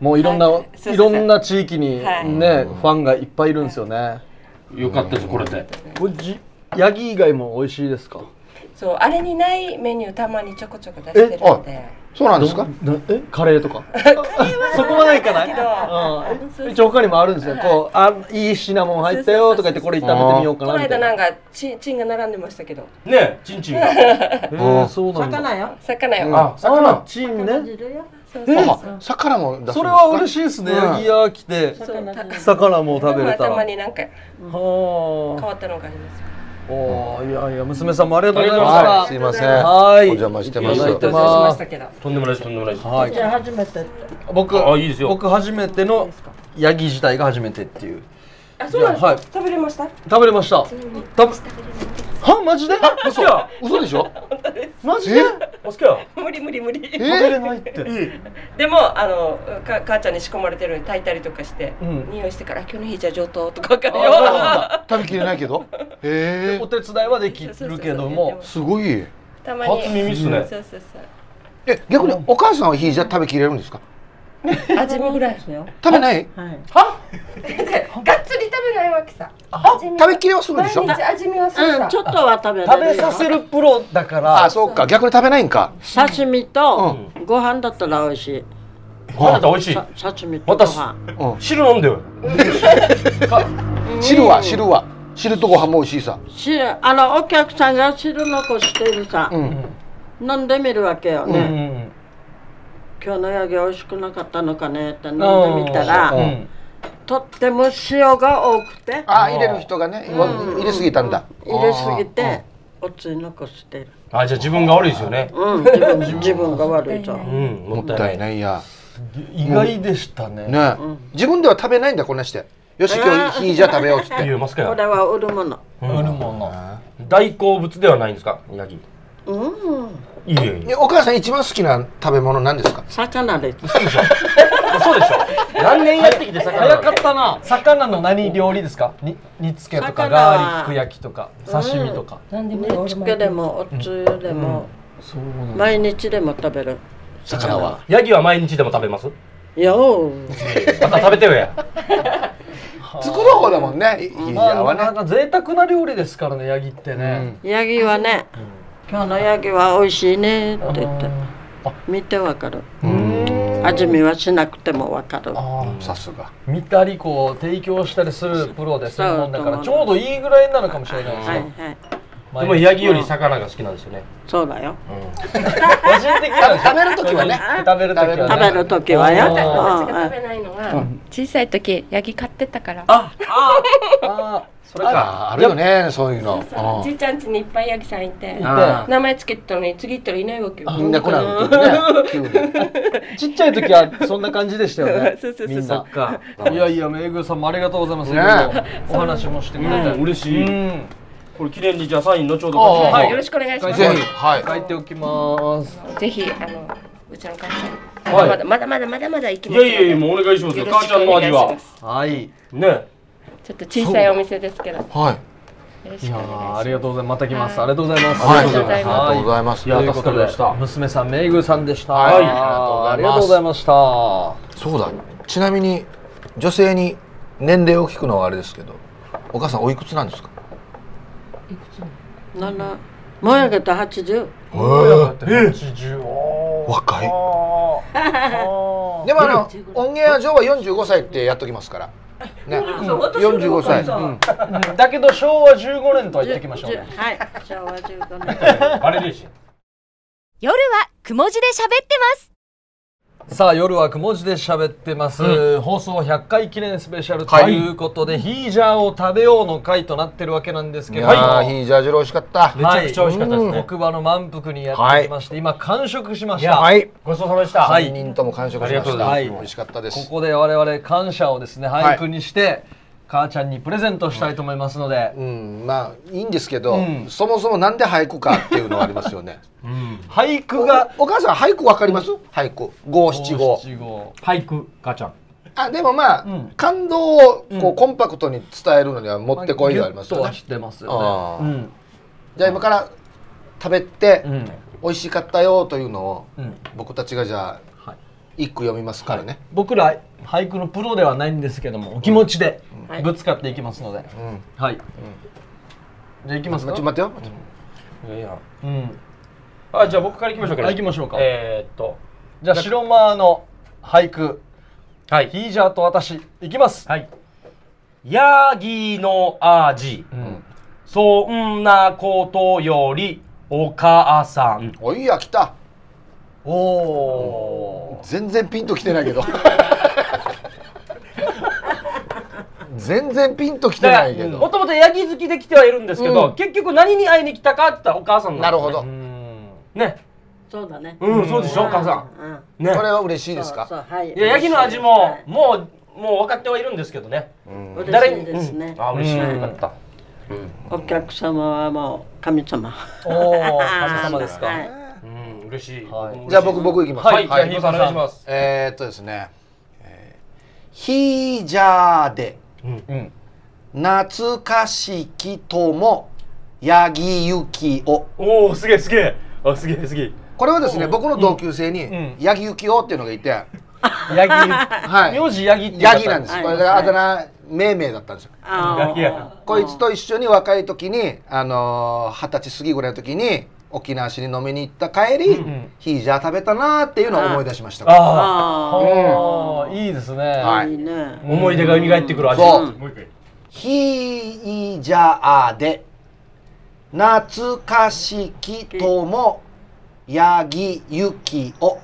もういろんな、はいい、ろんな地域にね、はいファンがいっぱいいるんですよね、よかったですこれでこれじヤギ以外も美味しいですかそうあれにないメニューたまにちょこちょこ出してるのでそうなんですかなえカレーとか そこまでいかないうん一応他にもあるんですよこうあいいシナモン入ったよとか言ってこれ炒めてみようかこのなみた間いななんかチンチンが並んでましたけどねえチンチンがえーそうなんだ魚よ。魚よ、ああ魚チンね汁よ。あ魚も出すんですかそれは嬉しいですねうんヤギ屋来てそうた魚も食べれたたらまはになんかあ変わったのがありますおーいやいや娘さんもありがとうございましたはいすいませんはいお邪魔してますいただいてどうしまましすたけど とんでもないですとんでもないですはいじゃあ初めて。僕あいいですよ僕初めてのヤギ自体が初めてっていうあそうなんですか、はい食べれました 食べれました食べはマジでお好きや嘘でしょマジでお好きや無理無理無理え食べれないってでもあのか母ちゃんに仕込まれてるのに炊いたりとかして、うん匂いしてから今日の日じゃ上等とかわかるよあそうなん食べきれないけどへえお手伝いはできるそうそうそうけどもすごいたまに初耳っすねそうそうそうえ逆にお母さんはひじゃ食べきれるんですか味見ぐらいですよ。食べないはい。 がっつり食べないわけさ食べきれはするんでしょ味見はするさ、ちょっとは食べ食れべるよさ。せるプロだからあそうか逆に食べないんか刺身とご飯だったら美味しい。あなた美味しいさ刺身とご私飯。汁飲んでよ汁は汁は汁とご飯も美味しいさ汁あのお客さんが汁残してるさ、うん飲んでみるわけよね、うん今日のヤギ美味しくなかったのかねって飲んでみたら、うんとっても塩が多くてあ入れる人がね入れすぎたんだ入れすぎておつゆ残してる、あじゃあ自分が悪いですよねうん、自分自分が悪いとうんももっったたいいないないや意外でしたねね自分では食べないんだこんなしてよし今日ひじゃ食べようっつっ いてやマスカこやれは売るもの売るもの大好物ではないんですかヤギうんいやいやいえお母さん一番好きな食べ物なんですか魚ですやそうでしょ 何年やってきて魚早かったな魚の何料理ですかに煮つけとか魚ガはーリック焼きとか刺身とかなんで煮つけでもおつゆでも、毎日でも食べる魚はヤギは毎日でも食べますようまた食べてよ や作る方だもんねひじゃはなねんか贅沢な料理ですからねヤギってねヤギはね、今日のヤギは美味しいねって言って、見てわかる。うん味見はしなくてもわかるああさすが見たりこう提供したりするプロでそう専門だからそうちょうどいいぐらいなのかもしれないですはいねはいでもヤギより魚が好きなんですよね。そうだよ個人的なんですよ食べる時はね食べる時は食べる時はよあうんうん食べないのが小さい時ヤギ飼ってたからあーそれかああるよねそういうのそううじいちゃん家にいっぱいヤギさんいて行っ名前つけてたのに次行ったらいないわけよんみんな来ないっていうね急にてちっちゃい時はそんな感じでしたよね そうそうそうそうみんなか。いやいやめぐさんもありがとうございますいねろいろお話もしてくれうてん、嬉しうい。んこれ記念にじゃあサイン後ほどあー書はいいてよろしくお願いしますぜひはい書いておきますぜひあのうちの母ちゃん、はいまだまだまだまだまだ行きいますやのでいやいや、もうお願いしますよ。よろ母しちくゃんのお願味いしまは。すはいね。ちょっと小さいお店ですけどよはいろいしくおや願いーしあますりがとうございますまた来ますありがとうございますはいありがとうございまありすがとうございますいやということで助かりま娘さんめぐさんでした、はいあありりがとうごがとうござざいいましたそうだちなみに女性に年齢を聞くのはあれですけどお母さんおいくつなんですか七もやげた八十えー80若い あでもあのオンエア上は45歳ってやっときますからね45歳うんーだけど昭和15年とは言ってきましょうじゅねはい昭和十五年バレるし。夜はくも字で喋ってますさあ夜はくも字で喋ってます、放送100回記念スペシャルということで、ヒージャーを食べようの回となってるわけなんですいけども、やーヒージャー汁美味しかっためちゃくちゃ美味しかったですね。奥歯の満腹にやってきまして、今完食しました、はいごちそうさまでした。は3人とも完食しありがまとうしござたい美ます味しかったでこすこで我々感謝をですねはい俳句にして、母ちゃんにプレゼントしたいと思いますので、うんまあいいんですけどうんそもそもなんで俳句かっていうのはありますよね俳句がお母さん俳句わかります俳句五七五五俳句、母ちゃん。あでもまあ、うん感動をうこんうコンパクトに伝えるのにはもってこいではありますギュッとよはね。してますあよあね。じゃあ今から食べて、うんうん美味しかったよというのを、うん僕たちがじゃあ、はい一句読みますからね。僕ら俳句のプロではないんですけどもお気持ちでぶつかっていきますので、うん。はい、じゃあいきますちょかっと待ってよ。いいや。うんあ、じゃあ僕から行きましょうかね。あ行きましょうかえーっと。じゃあ白間の俳句はい。ヒージャーと私いきます、はい。ヤギの味、んそんなことよりお母さん。おいや来た。おお全然ピンときてないけ ど。全然ピンときてないけもど。ともとヤギ好きで来てはいるんですけど、うん結局何に会いに来たかって言ったらお母さんななんるですほねーうど。こんね。そうだねうん、そうでしょ、お母さうんうんん。ね。れは嬉しいですそうか。そうはいいや、ヤギの味も、もう、もう分かってはいるんですけどね。うん嬉誰しいに。ですねうんあ、嬉しい。うんよかった。お客様はもう神様おお神様ですか、はいうん、嬉しい。はいも嬉しじゃあ僕僕いきます。はい、はいじゃあ、ヒーさんお願いします。えー、っとですね、えーヒージャーでうん懐かしきとも八木由紀をおお、すげえ、すげえ。あ、すげえ、すげえ。これはですね僕の同級生にん八木由紀をっていうのがいて、ヤギ、 はい名字ヤギっていう方ヤギなんです、はいこれがあだ名命名だったんですよあヤギやなこいつと一緒に若い時にあのー二十歳過ぎぐらいの時に沖縄市に飲みに行った帰り、んヒージャー食べたなーっていうのを思い出しましたああ、あおーいいですね、あはいいいね思い出が蘇ってくる味。そうもう一回。ヒージャーで懐かしきとも八木由紀を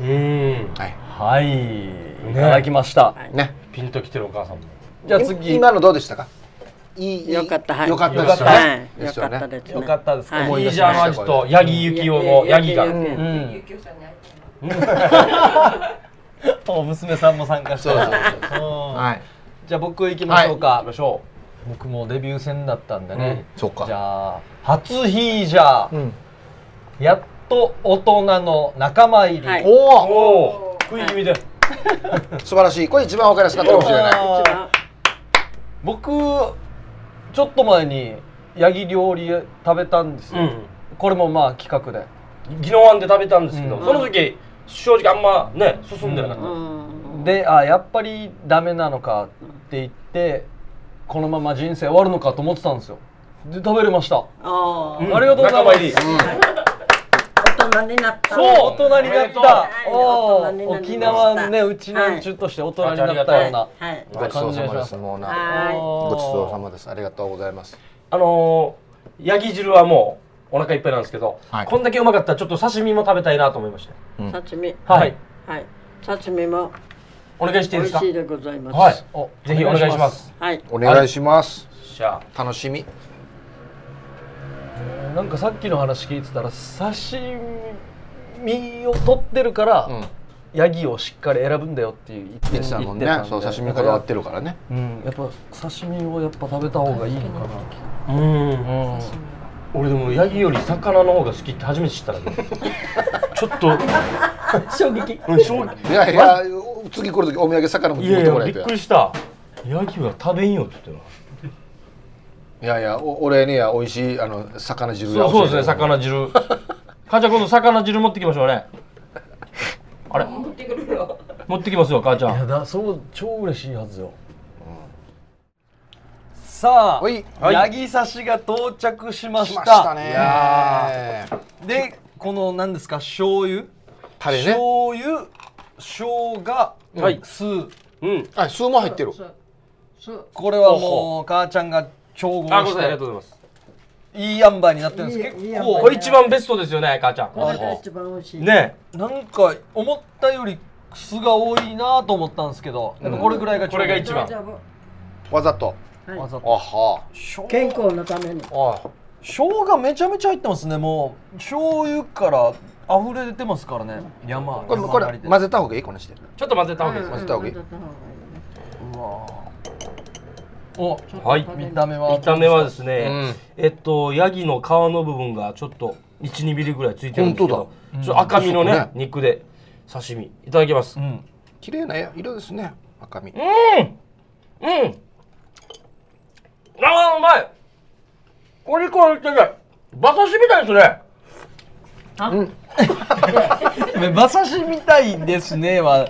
うん。はいはい、いただきました、ねピンときてるお母さんも。じゃあ次い今のどうでしたかいいよかったはいよかったよかでったすよはねいでよすかよったねですねよかったですか、はいいいい出じしゃまんしたの味とヤギユキオのヤギが。うんうん、ゆきおさんに会いたいな お娘さんも参加してそうそうそううんはいじゃあ僕行きましょうか、行きましょ僕もデビュー戦だったんでね、そうかじゃあ初ヒージャー、うんやっと大人の仲間入り、はいおおおおー、食い気味で。素晴らしいこれ一番わかりやすかったかもしれないあー僕ちょっと前にヤギ料理食べたんですよ、うん。これもまあ企画で宜野湾で食べたんですけど、うんその時正直あんまね進んでなかった、うんであやっぱりダメなのかって言ってこのまま人生終わるのかと思ってたんですよで食べれました、あーありがとうございます仲間入り大人人になったそう大人になっはたおい大人ーになりました沖縄ねうちのうちとして大人になったようなはいごちそうさまです。もうな。はおーごちそうさまです。ありがとうございます。あのー、ヤギ汁はもうお腹いっぱいなんですけど、はいこんだけうまかったらちょっと刺身も食べたいなと思いましてい刺身はい、はい刺身もお願いしてい美いで味すかしいでございますはいぜひお願いしますはいお願いします。じゃ楽しみ。なんかさっきの話聞いてたら刺身を取ってるから、うん。ヤギをしっかり選ぶんだよっていう言ってでしたもんね言ってた。でそう刺身こだわってるからね。うんやっぱ刺身をやっぱ食べた方がいいのかあうんなうん俺でもヤギより魚の方が好きって初めて知ったら ちょっと衝撃衝撃いやいや、次来る時お土産魚もい持っやいてもらやえびたっよく。りしたヤギは食べんよって言っていやいや、お俺には美味しいあの魚汁たがなそうそうですね魚汁母ちゃん今度魚汁持ってきましょうねあれ持ってくるの持ってきますよ母ちゃいやんだそう超嬉しいはずよ、さあ、はいヤギ刺しが到着しまししまたしたね。いやーでこの何ですか醤油タレね。醤油生姜、はい酢うんあ、酢も入ってる。これはもう母ちゃんが調合あごめんしなさいあてりがとうございますいい塩梅になってるんですいいいい結塩構これ一番ベストですよね母ちゃこれがん一番美味しいねなんか思ったより酢が多いなと思ったんですけどやっぱこれぐらいがちょうどいいこれが一番大丈夫わざと。はいわざあとは。健康のためにあ。生姜めちゃめちゃ入ってますねもう醤油から溢れてますからね山これこれ混ぜた方がいいこの時点。ちょっと混ぜた方がいいです混ぜた方がいいうん混ぜた方がうわおいいねはいちょっと食べ見た目は見た目はですね、うえっとヤギの皮の部分がちょっと12ミリぐらいついてるんですけど本ちょっと赤身のね,、うんそうね肉で刺身いただきますううんん綺麗な色ですね。赤身。うんあーうまいお肉入ってない馬刺しみたいですね馬刺しみたいですねは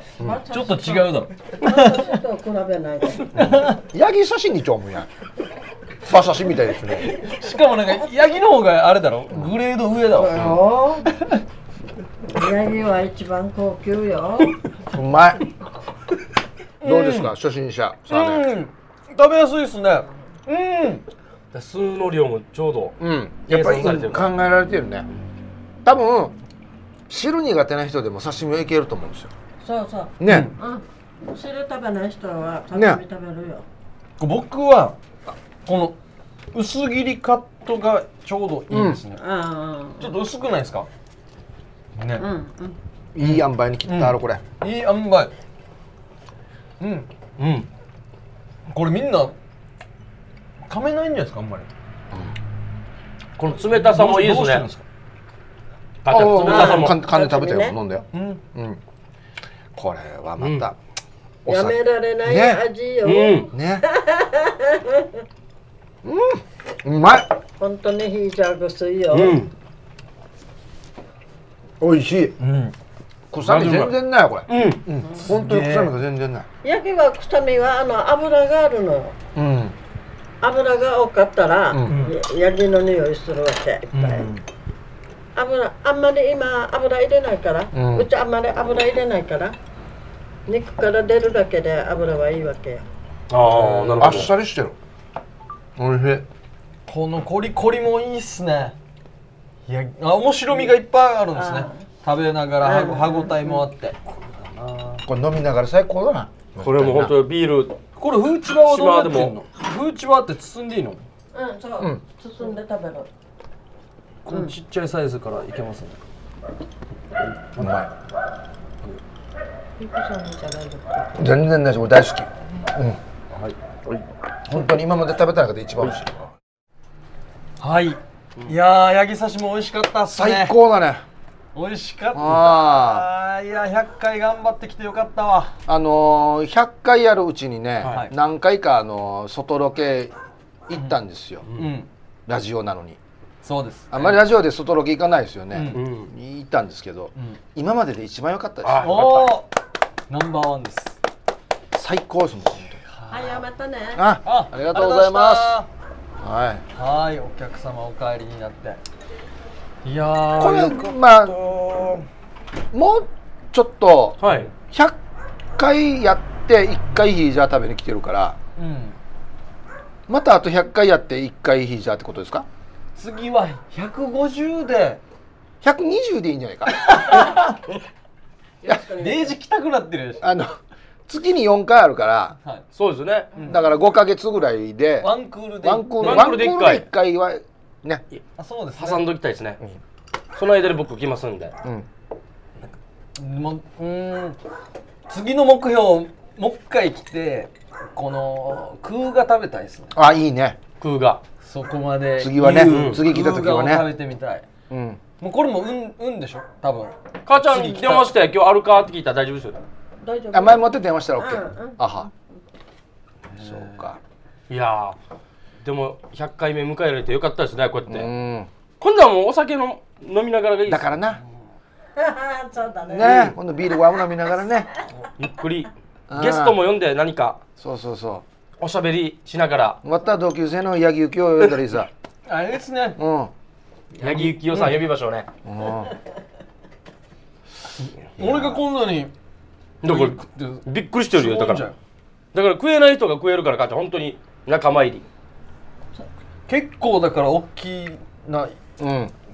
ちょっと違うだろ私と比べないでヤギ刺身にちょうもや。馬刺しみたいですね。しかもなんかヤギの方があれだろグレード上だそうろよ。ヤギは一番高級よ。うまい。どうですか、初心者。うさあね。ん食べやすいですねうん酢の量もちょうどうん。やっぱり計算考されてえるられてるね。多分汁苦手な人でも刺身はいけると思うんですよ。そうそう。ね。うん。汁食べない人は刺ね身食べるよ。僕はこの薄切りカットがちょうどいいですね、あちょっと薄くないですかねあ。うんうん。いい塩梅に切ったあるこれ。いい塩梅うんうんこれみんな噛めないんじゃないですかあんまりこの冷たさもいいですどうしてるんねか母ちゃん冷たさかもん噛んで食べたよ。刺身ね飲んだよ。うんうん。これはまた。おや酒められないね味よ。うん ね。うん。うまい。本当にヒージャーグスいよ。うん美味しい。うん臭み全然ないよこれ。うんうん。本当に臭みが全然ない。ヤギは臭みはあの油があるのよ。うん。油が多かったら、うんヤギの匂いするわけいっぱい。油あんまり今油入れないから、ううんちあんまり油入れないから肉から出るだけで油はいいわけよああなるあほっさりしてる。美味しい。このコリコリもいいっすねいやあ面白みがいっぱいあるんですね食べながらはご歯ごたえもあってこれ飲みながら最高だな。どこれも本当にビールこれフーチバーはどうなってんのフーチバーって包んでいいのうんそう、うん包んで食べるこのちっちゃいサイズからいけますねうまい。全然ないし、俺大好き。うん。はい。本当に今まで食べた中で一番美味しい。はいいやーヤギ刺しも美味しかったっすね最高だね。美味しかったああ。あーいや100回頑張ってきてよかったわあのー、100回やるうちにね、はい何回かあのー外ロケ行ったんですよ、うんラジオなのにそうですあんまりラジオで外ロケ行かないですよね、うんうん行ったんですけど、ん今までで一番良かったであおおナンバーワンですす最高ですもん本当にはいやめたねあありがとうございますすはいはいお客様お帰りになっていやーこれよかっまあたもうちょっとはい100回やって1回ヒージャー食べに来てるからうんまたあと100回やって1回ヒージャーってことですか次は150で120でいいんじゃないかデージ来たくなってるでしょあの月に4回あるからはいそうですね、だから5か月ぐらいでワンクールでワンクールワワンンククーールで一ルで回1回はねあそうです挟んどきたいですね、その間で僕来ますんでうんもうーん次の目標もう一回来てこの空が食べたいですねあいいね空がそこまで次はね言う次来た時はね空がを食べてみたいうんもうこれも運運でしょ多分母ちゃんに電話して今日あるかって聞いたら大丈夫ですよ大丈夫あ前もって電話したら OK、うんうんあはそうかいやーでも100回目迎えられてよかったですねこうやっうて、ん今度はもうお酒の飲みながらがいいでだすからな そうだねね今度ビールワム飲みながらねゆっくりうんゲストも呼んで何かそうそうそおしゃべりしながらう終わったら同級生の八木幸を呼んだらいいさあれですねうん、うん、八木幸男さん呼びましょうね、俺がこんなにだからってびっくりしてるよだかすごいんじゃらんだから食えない人が食えるから母ちゃん本当に仲間入り結構だから大きな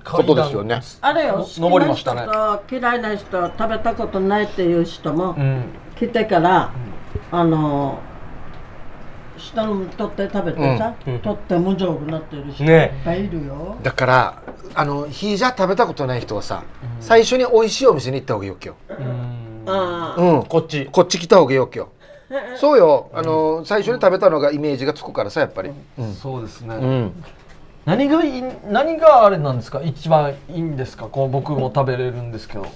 ことですよねあれよ、の登りましたね好きな人と嫌いな人、食べたことないっていう人もうん来てから、あの下の取って食べてさ、うんうん取って無情になってる人いっねぱいいるよ。だからあのヒージャー食べたことない人はさ、最初に美味しいお店に行った方がいいよ今あ日あ、うんこっちこっち来た方がいいよ今日そうよあの、最初に食べたのがイメージがつくからさやっぱりうん、そうですね、うん、何がいい何があれなんですか一番いいんですかこう僕も食べれるんですけど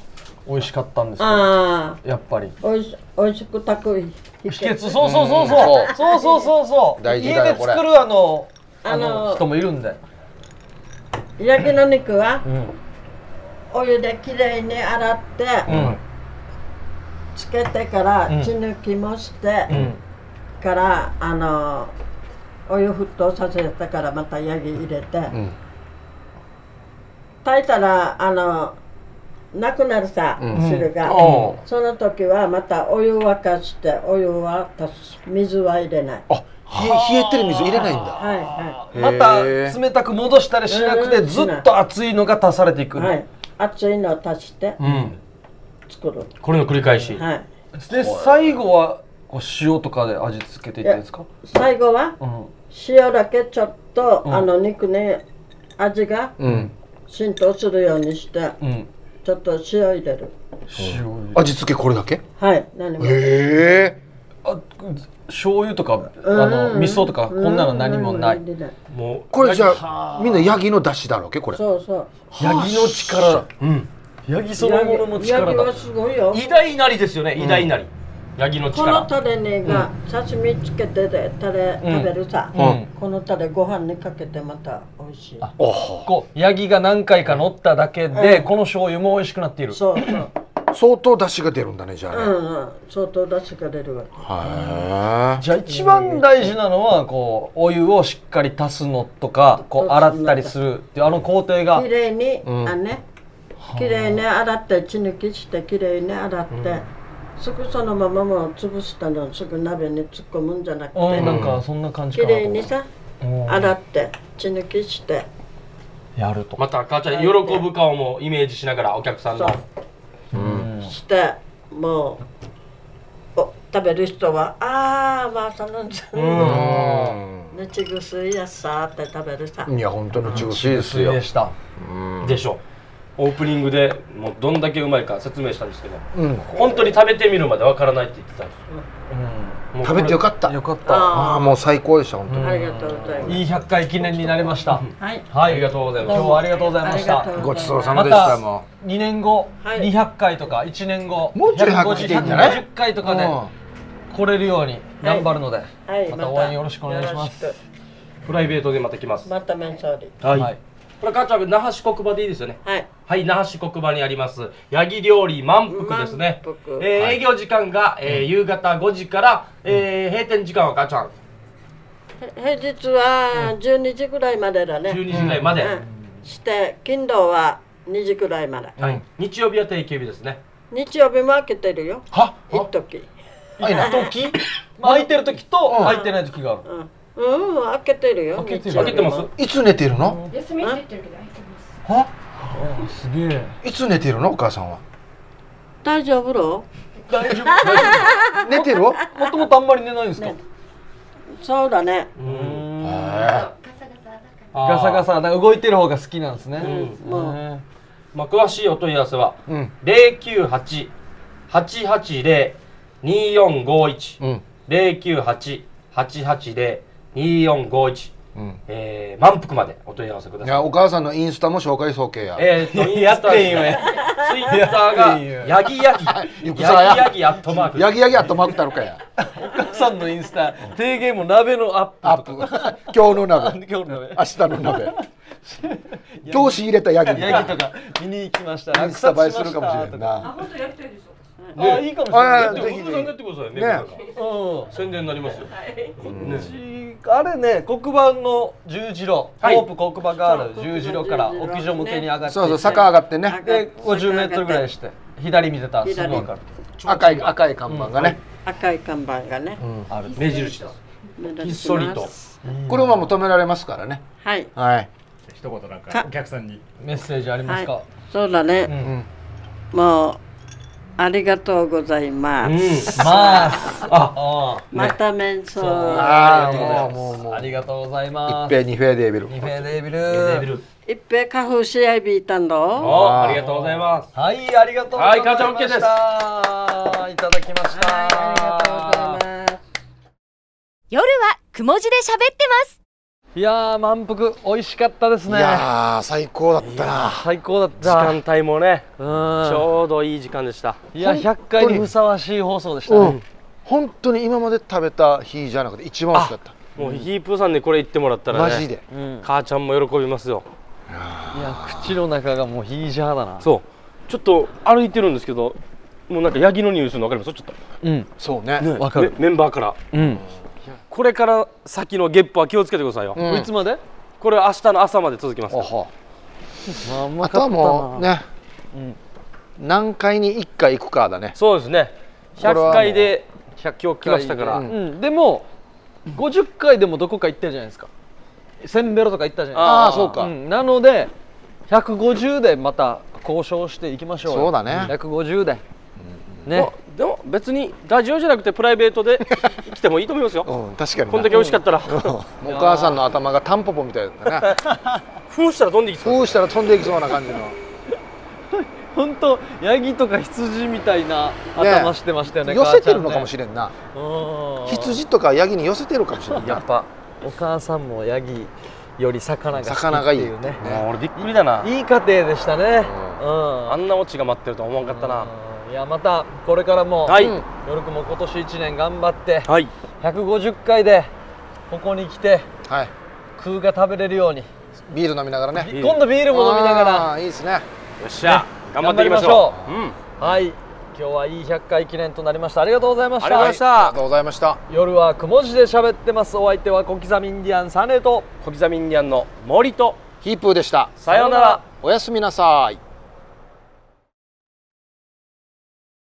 美味しかったんですけどあやっぱりあ、おいしおいしく炊く秘秘訣そうそうそうそうそうそうそうそう大事家だよでこれ作るあのああのの人もいるんで、焼きの肉はうんお湯できれいに洗って、つけてからうん血抜きもして、うん、からあのお湯沸騰させてからまたヤギ入れて、ん炊いたらあのなくなるさ、汁が、おうその時はまたお湯沸かしてお湯は足す水は入れないあ冷え冷えてる水入れないんだはいはまた冷たく戻したりしなくてうんずっと熱いのが足されていいく、はい熱いのを足してうん作る、これの繰り返し、はいで最後はこう塩とかで味付けていってるんですか、最後はうん、塩だけちょっと、うんあの肉に味がうん浸透するようにしてうん、ちょっと塩入れる塩味付けこれだけはい何もへえあく醤油とかあうんの味噌とかこんなの何もないうんうんうん入れないもうこれじゃあみんなヤギの出汁だろうけこれそうそうヤギの力うんヤギそのものの力ヤギだはすごいよ偉大なりですよね偉大なり、ヤギのこ力のタレねが刺身つけてでタレうん食べるさ、うんこのタレご飯にかけてまた美味しいおおこうヤギが何回か乗っただけで、うんこの醤油も美味しくなっているそうそう相当出汁が出るんだねじゃあうね、んうん相当出してくれるわけはじゃあ一番大事なのはこうお湯をしっかり足すのとかこう洗ったりするっていうあの工程がきれいに、あねきれいに洗って血抜きしてきれいに洗って、すぐそのままもう潰したのをすぐ鍋に突っ込むんじゃなくて、うんなんかそんな感じきかなれいにさうん洗って血抜きしてやるとまた母ちゃん喜ぶ顔もイメージしながらお客さんのそうしてもうお食べる人は「ああまあそのんじゃいねちぐすいやさ」って食べるさ、うんいや本当の中水ですよでしたでしょうオープニングでもうどんだけうまいか説明したんですけどうん本当に食べてみるまでわからないって言ってたんですもうこ食れべてよかったよかったあああもう最高でした本当に、あありがとうございます、いい100回記念になりましたはいはいありがとうございま今す日はありがとうございあまりしがたとうごごちざいますそうさままでしたたも2年後はい200回とか1年後もうちょい100来てんじゃない150回とうかで来れるように頑張るのではいまた応援よろしくお願いしますよろしプライベートでまた来ますくまたメンソーリはい、はいこれ母ちゃん那覇市国場でいいですよねはいはい那覇市国場にありますヤギ料理満腹ですね満腹えー営業時間が、えー夕方5時から、えー閉店時間は母ちゃんへ平日は12時ぐらいまでだね12時ぐらいまで、うんして金土は2時くらいまではいうん日曜日は定休日ですね日曜日も開けてるよは一時あいな時まあ開いてる時とうん開いてない時があるうん、うん、開けてるよ開けてる日曜開日けてますもういつ寝てるの休みって言ってるけど空いてます。はすげえいつ寝てるのお母さんは大丈夫ろ大丈夫大丈寝てるへ夫もともとあんまり寝ないんですかねそうだねーんえガサガサだから。ガあーサガサなんか動いてる方が好きなんですねうんもうんまあ、詳しいお問い合わせはうん098-880-2451うん098-880-2451うんえー、満腹までお問い合わせくだいさい。やお母さんのインスタも紹介総計やえー、と、インやスっタてんですよねやツイッターが、ヤギヤギ、ヤよギくさやヤギアットマーク。ヤギヤギやっとまくたるかやお母さんのインスタ提言も鍋のアップアップ今日の 鍋今日の鍋明日の鍋今日仕入れたヤギみたいヤなギとか見に行きましたインスタ映えするかもしれなんな本当やりたいですよ。あいいかもしれあないあでもでも、ぜひ国分さんがやってくださいね。ねなんかうん宣伝になりますよ。ねあれね黒板の十字路、はいホープ黒板ガールそう十字路から黒板十字路屋上向けに上がっていってそうそう坂上がってねで50メートルぐらいして左見てたらすぐ分かる赤い赤い看板がね、赤い看板がね、ある目印です。目立ちますひっそりと。車も止められますからねはいはい、一言なんかかお客さんにメッセージありますか、はいそうだね、うん、もうありがとうございます、うん。まあすあまた面相あああももうもううももううありがとうござい一ます平二平デービルニフェデビルデビル。一平花粉試合日いたんどおありがとうございます。はいありがとうございましたはい母ちゃん OK ですいただきましたありがとうございます夜はくも字で喋ってますいやー満腹美味しかったですいねやー最高だったな最高だっ時た間帯もね、ちうょうどいい時間でした。んいや100回にふさわしい放送でしたね、うん本当に今まで食べた日じゃなくて一番美味しかった、もうヒープーさんにこれ言ってもらったらね。マジで母ちゃんも喜びますよいや口の中がもうヒージャーだなそうちょっと歩いてるんですけどもうなんかヤギの匂いするの分かりますちょっうんそうねと、わかるメメンバーからうんこれから先のゲップは気をつけてくださいよ、うんいつまでこれは明日の朝まで続きますおからほまあうまあかとったなはもうね、何回に1回行くかだねそうですねれはもう100回で100キロ来ましたから、うんうんでも50回でもどこか行ってるじゃないですかセンベロとか行ったじゃないあーああーそうですかか、うんなので150でまた交渉していきましょうよそうだね150でねまあでも別にラジオじゃなくてプライベート で来てもいいと思いますようこん、確かにんだけ美味しかったら、お母さんの頭がタンポポみたいだねふうしたら飛んできてこうしたら飛んでいきそうな感じの本当ヤギとか羊みたいな頭してましたよね寄せてるのかもしれれんなない羊とかヤギに寄せてるかもしれんやなっぱお母さんもヤギより魚が好き魚がっいていいうねもう俺びっくりだないい家庭でしたねううんあんなオチが待ってるとは思わなかったな、うんいやまたこれからも、はいうん夜くも今年1年頑張ってはい150回でここに来てはい空が食べれるようにビール飲みながらねいい今度ビールも飲みながらあーいいですねよっしゃ、頑張っていきましょううんはい今日はいい100回記念となりましたありがとうございましたありがとうございましたありがとうございました夜はくも字で喋ってますお相手は小刻みインディアンサネと小刻みインディアンの森とヒープーでしたさようならおやすみなさい